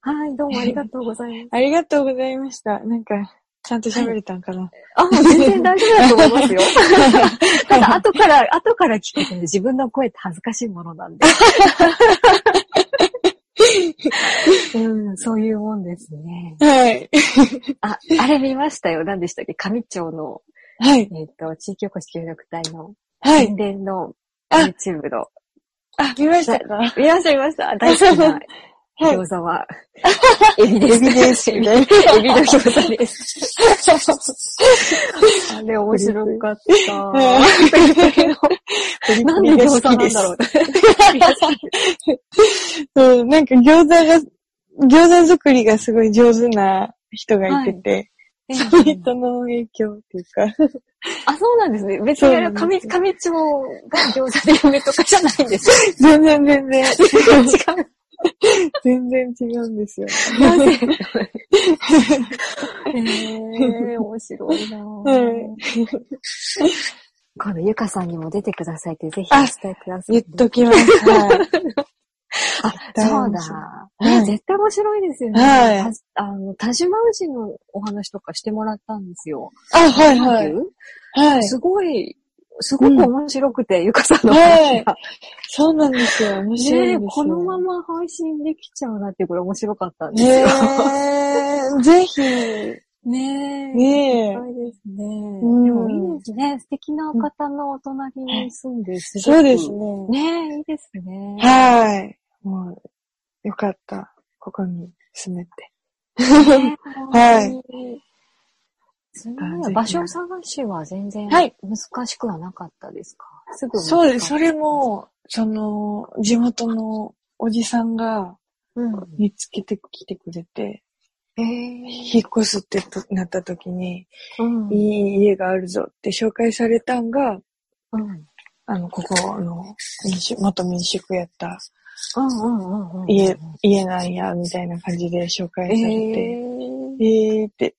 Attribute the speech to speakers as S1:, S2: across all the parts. S1: はい、どうもありがとうございま
S2: ありがとうございました。なんか、ちゃんと喋れたんかな。
S1: す。 あ、全然大丈夫だと思いますよ。 ただ、後から、後から聞くとね自分の声って恥ずかしいものなん で。うん、そういうもんですね。
S2: はい。
S1: あ、あれ見ましたよ。何でしたっけ上町の、
S2: はい。
S1: えっ、と、地域おこし協力隊の
S2: はい
S1: 宣。伝の
S2: あ
S1: YouTube の。
S2: あ、見ましたかは。
S1: 見ました、見ました。大好きない餃子 は、エビです。
S2: エビです
S1: エビエビの餃子です。あれ面白か った。 なんで餃子なんだろう。
S2: うん、なんか餃子が、餃子作りがすごい上手な人がいてて、そういう人の影響っていうか、
S1: あ、そうなんですね。別にあれは上、上町が餃子で夢とかじゃないんですよ。
S2: 全然全
S1: 違
S2: 然、
S1: う。
S2: 全然違うんですよ。
S1: なぜ えー、面白いな
S2: うん
S1: 今度、ゆかさんにも出てくださいって、ぜひ
S2: あ
S1: 伝えください。
S2: 言っときます。 はい
S1: あ、
S2: 大
S1: そ
S2: 丈夫
S1: う
S2: です
S1: だ。
S2: はい
S1: ね絶対面白いですよね。
S2: はい
S1: たあの、田島氏のお話とかしてもらったんですよ。
S2: あ、はいはい。
S1: い。
S2: はい。
S1: すごい、すごく面白くて、ゆかさんの
S2: は
S1: 話
S2: い
S1: が。
S2: そうなんですよ。面白いんです
S1: ね
S2: よ。
S1: このまま配信できちゃうなって、これ面白かったんです
S2: ね
S1: よ。
S2: え、ぜひ。
S1: ねえ。
S2: ねえ
S1: すごいですね。
S2: ん
S1: でもいいですね。素敵なお方のお隣に住んで、すごく
S2: そうです。ね。
S1: ねえ、いいですね。
S2: はい。もう、よかった。ここに住めて。
S1: ね
S2: はい。
S1: 本当にすごい場所探しは全然
S2: はい
S1: 難しくはなかったですか、すぐ。
S2: そうです。それ。も、その、地元のおじさんが
S1: うん。
S2: 見つけてきてくれて、
S1: え
S2: 引っ越すってとなった時に、
S1: うん
S2: いい家があるぞって紹介されたんが、
S1: うんうん
S2: あの、ここの民宿、元民宿やった
S1: うんうんうん。
S2: 家、家なんや、みたいな感じで紹
S1: え
S2: 介されて、
S1: ー、
S2: えーって、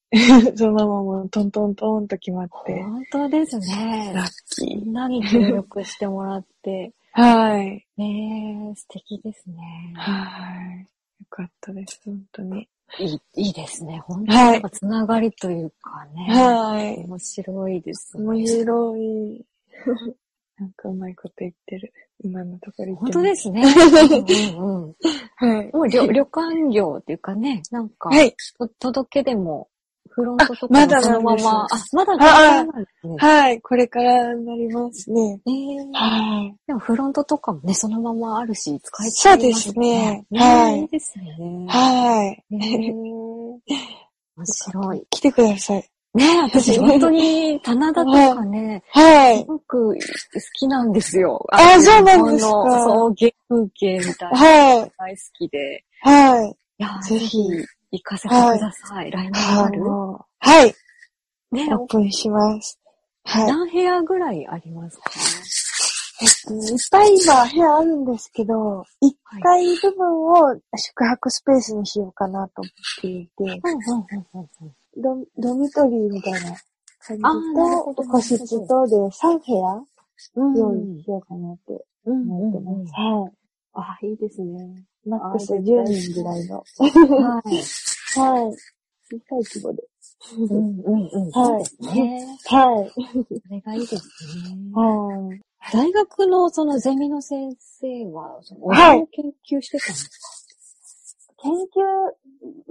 S2: そのままもうトントントンと決まって、
S1: 本当ですね。
S2: ラッキー。
S1: みんなに協力してもらって、
S2: はい。
S1: ねえ、素敵ですね。
S2: はい。よかったです、本当に。
S1: いい、いいですね。本当に
S2: はい
S1: なんかつながりというかね。
S2: はい。
S1: 面白いですね。
S2: 面白い。 なんかうまいこと言ってる。今のところ言って。
S1: 本当ですすね。うん うんうん
S2: はい。
S1: もう旅旅館業っていうかね、なんか、
S2: はい。
S1: と届けでも、フロントとか
S2: あまだな
S1: も
S2: んです
S1: そのまま、あ、まだま
S2: あ
S1: だなんですね。
S2: はい。これからになりますね。
S1: えー
S2: はい。
S1: でもフロントとかもね、そのままあるし、使えち
S2: そ
S1: ゃ
S2: う
S1: い
S2: で
S1: ます
S2: す
S1: よ
S2: ね
S1: ね。。
S2: は
S1: ねいい
S2: い。
S1: ですよね。
S2: はい。
S1: ねえ面白い。
S2: 来てください。
S1: ねえ私本当に棚田とかね、
S2: はい
S1: す。ごく好きなんですよ。
S2: あそうなんです
S1: 日
S2: か
S1: 本の草原風景みたいなのが
S2: はい。
S1: 大好きで。
S2: はい。
S1: いや、
S2: ぜ
S1: ぜ
S2: ひ
S1: ひ行かせてください。来年もある
S2: はい。
S1: ね
S2: オープンします。はい。
S1: 何部屋ぐらいありますか
S2: えっと、いっぱい今部屋あるんですけど、1階部分を宿泊スペースにしようかなと思っていて、
S1: うんうんうんうん
S2: ドドミトリーみたいな感じ
S1: あーなるほ
S2: と
S1: ど、
S2: 個室とで3部屋
S1: うん。
S2: 用意しようかなって思ってます。は
S1: あ、いいですね。
S2: い。マックス
S1: あー絶
S2: 10
S1: 対
S2: 人ぐらいの。
S1: はい。
S2: はい。小さい規模で。
S1: うんうんうん。そうですね。
S2: はい。
S1: それがいいですね。
S2: はい。
S1: 大学のそのゼミの先生は、そのお
S2: はい
S1: 湯を研究してたんです
S2: 研究、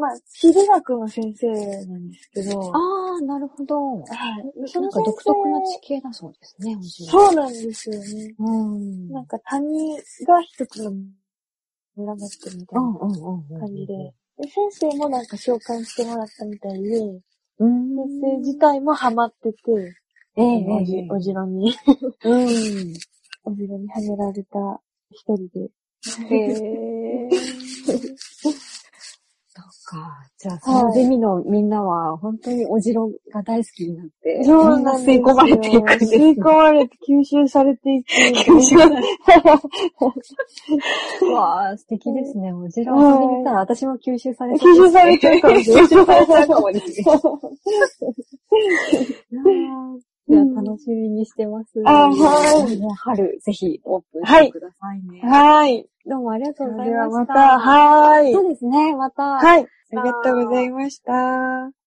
S2: まあ、地理学の先生なんですけど、
S1: かああ、なるほど。
S2: はい。そ
S1: な
S2: の
S1: んか
S2: 先
S1: 独特な地形だそうですね、面
S2: 生
S1: 白い。
S2: そうなんですよね。
S1: うん。
S2: なんか谷が一つの村だったみた
S1: う
S2: い
S1: ん
S2: な
S1: うんうんうん。
S2: 感じで、で先生もなんか召喚してもらったみたいで、先
S1: うん。
S2: 生自体もハマってて、
S1: ええ
S2: おじ
S1: ええ
S2: おじろに、
S1: うん。
S2: おじろにはめられた一人で。
S1: へえ。そっか。じゃあ、そのゼミのみんなは、本当におじろが大好きになって、みんな吸い込まれていくんです、
S2: 吸い込まれて吸収されていく。
S1: 吸い込まれて。わあ、素敵ですね。おじろ遊びに行ったら、私も吸収されて
S2: 吸収 されちゃうかもしれない
S1: 吸収されちゃうかもしれない。じゃあ、楽しみにしてます。
S2: あはい
S1: 来年春、ぜひオープンしてくださいね。
S2: はい。
S1: どうもありがと
S2: そう
S1: ござい
S2: れでは
S1: ま
S2: ま
S1: した。
S2: た、はーい
S1: そ。うですね、また。
S2: はい。ありがとうございました。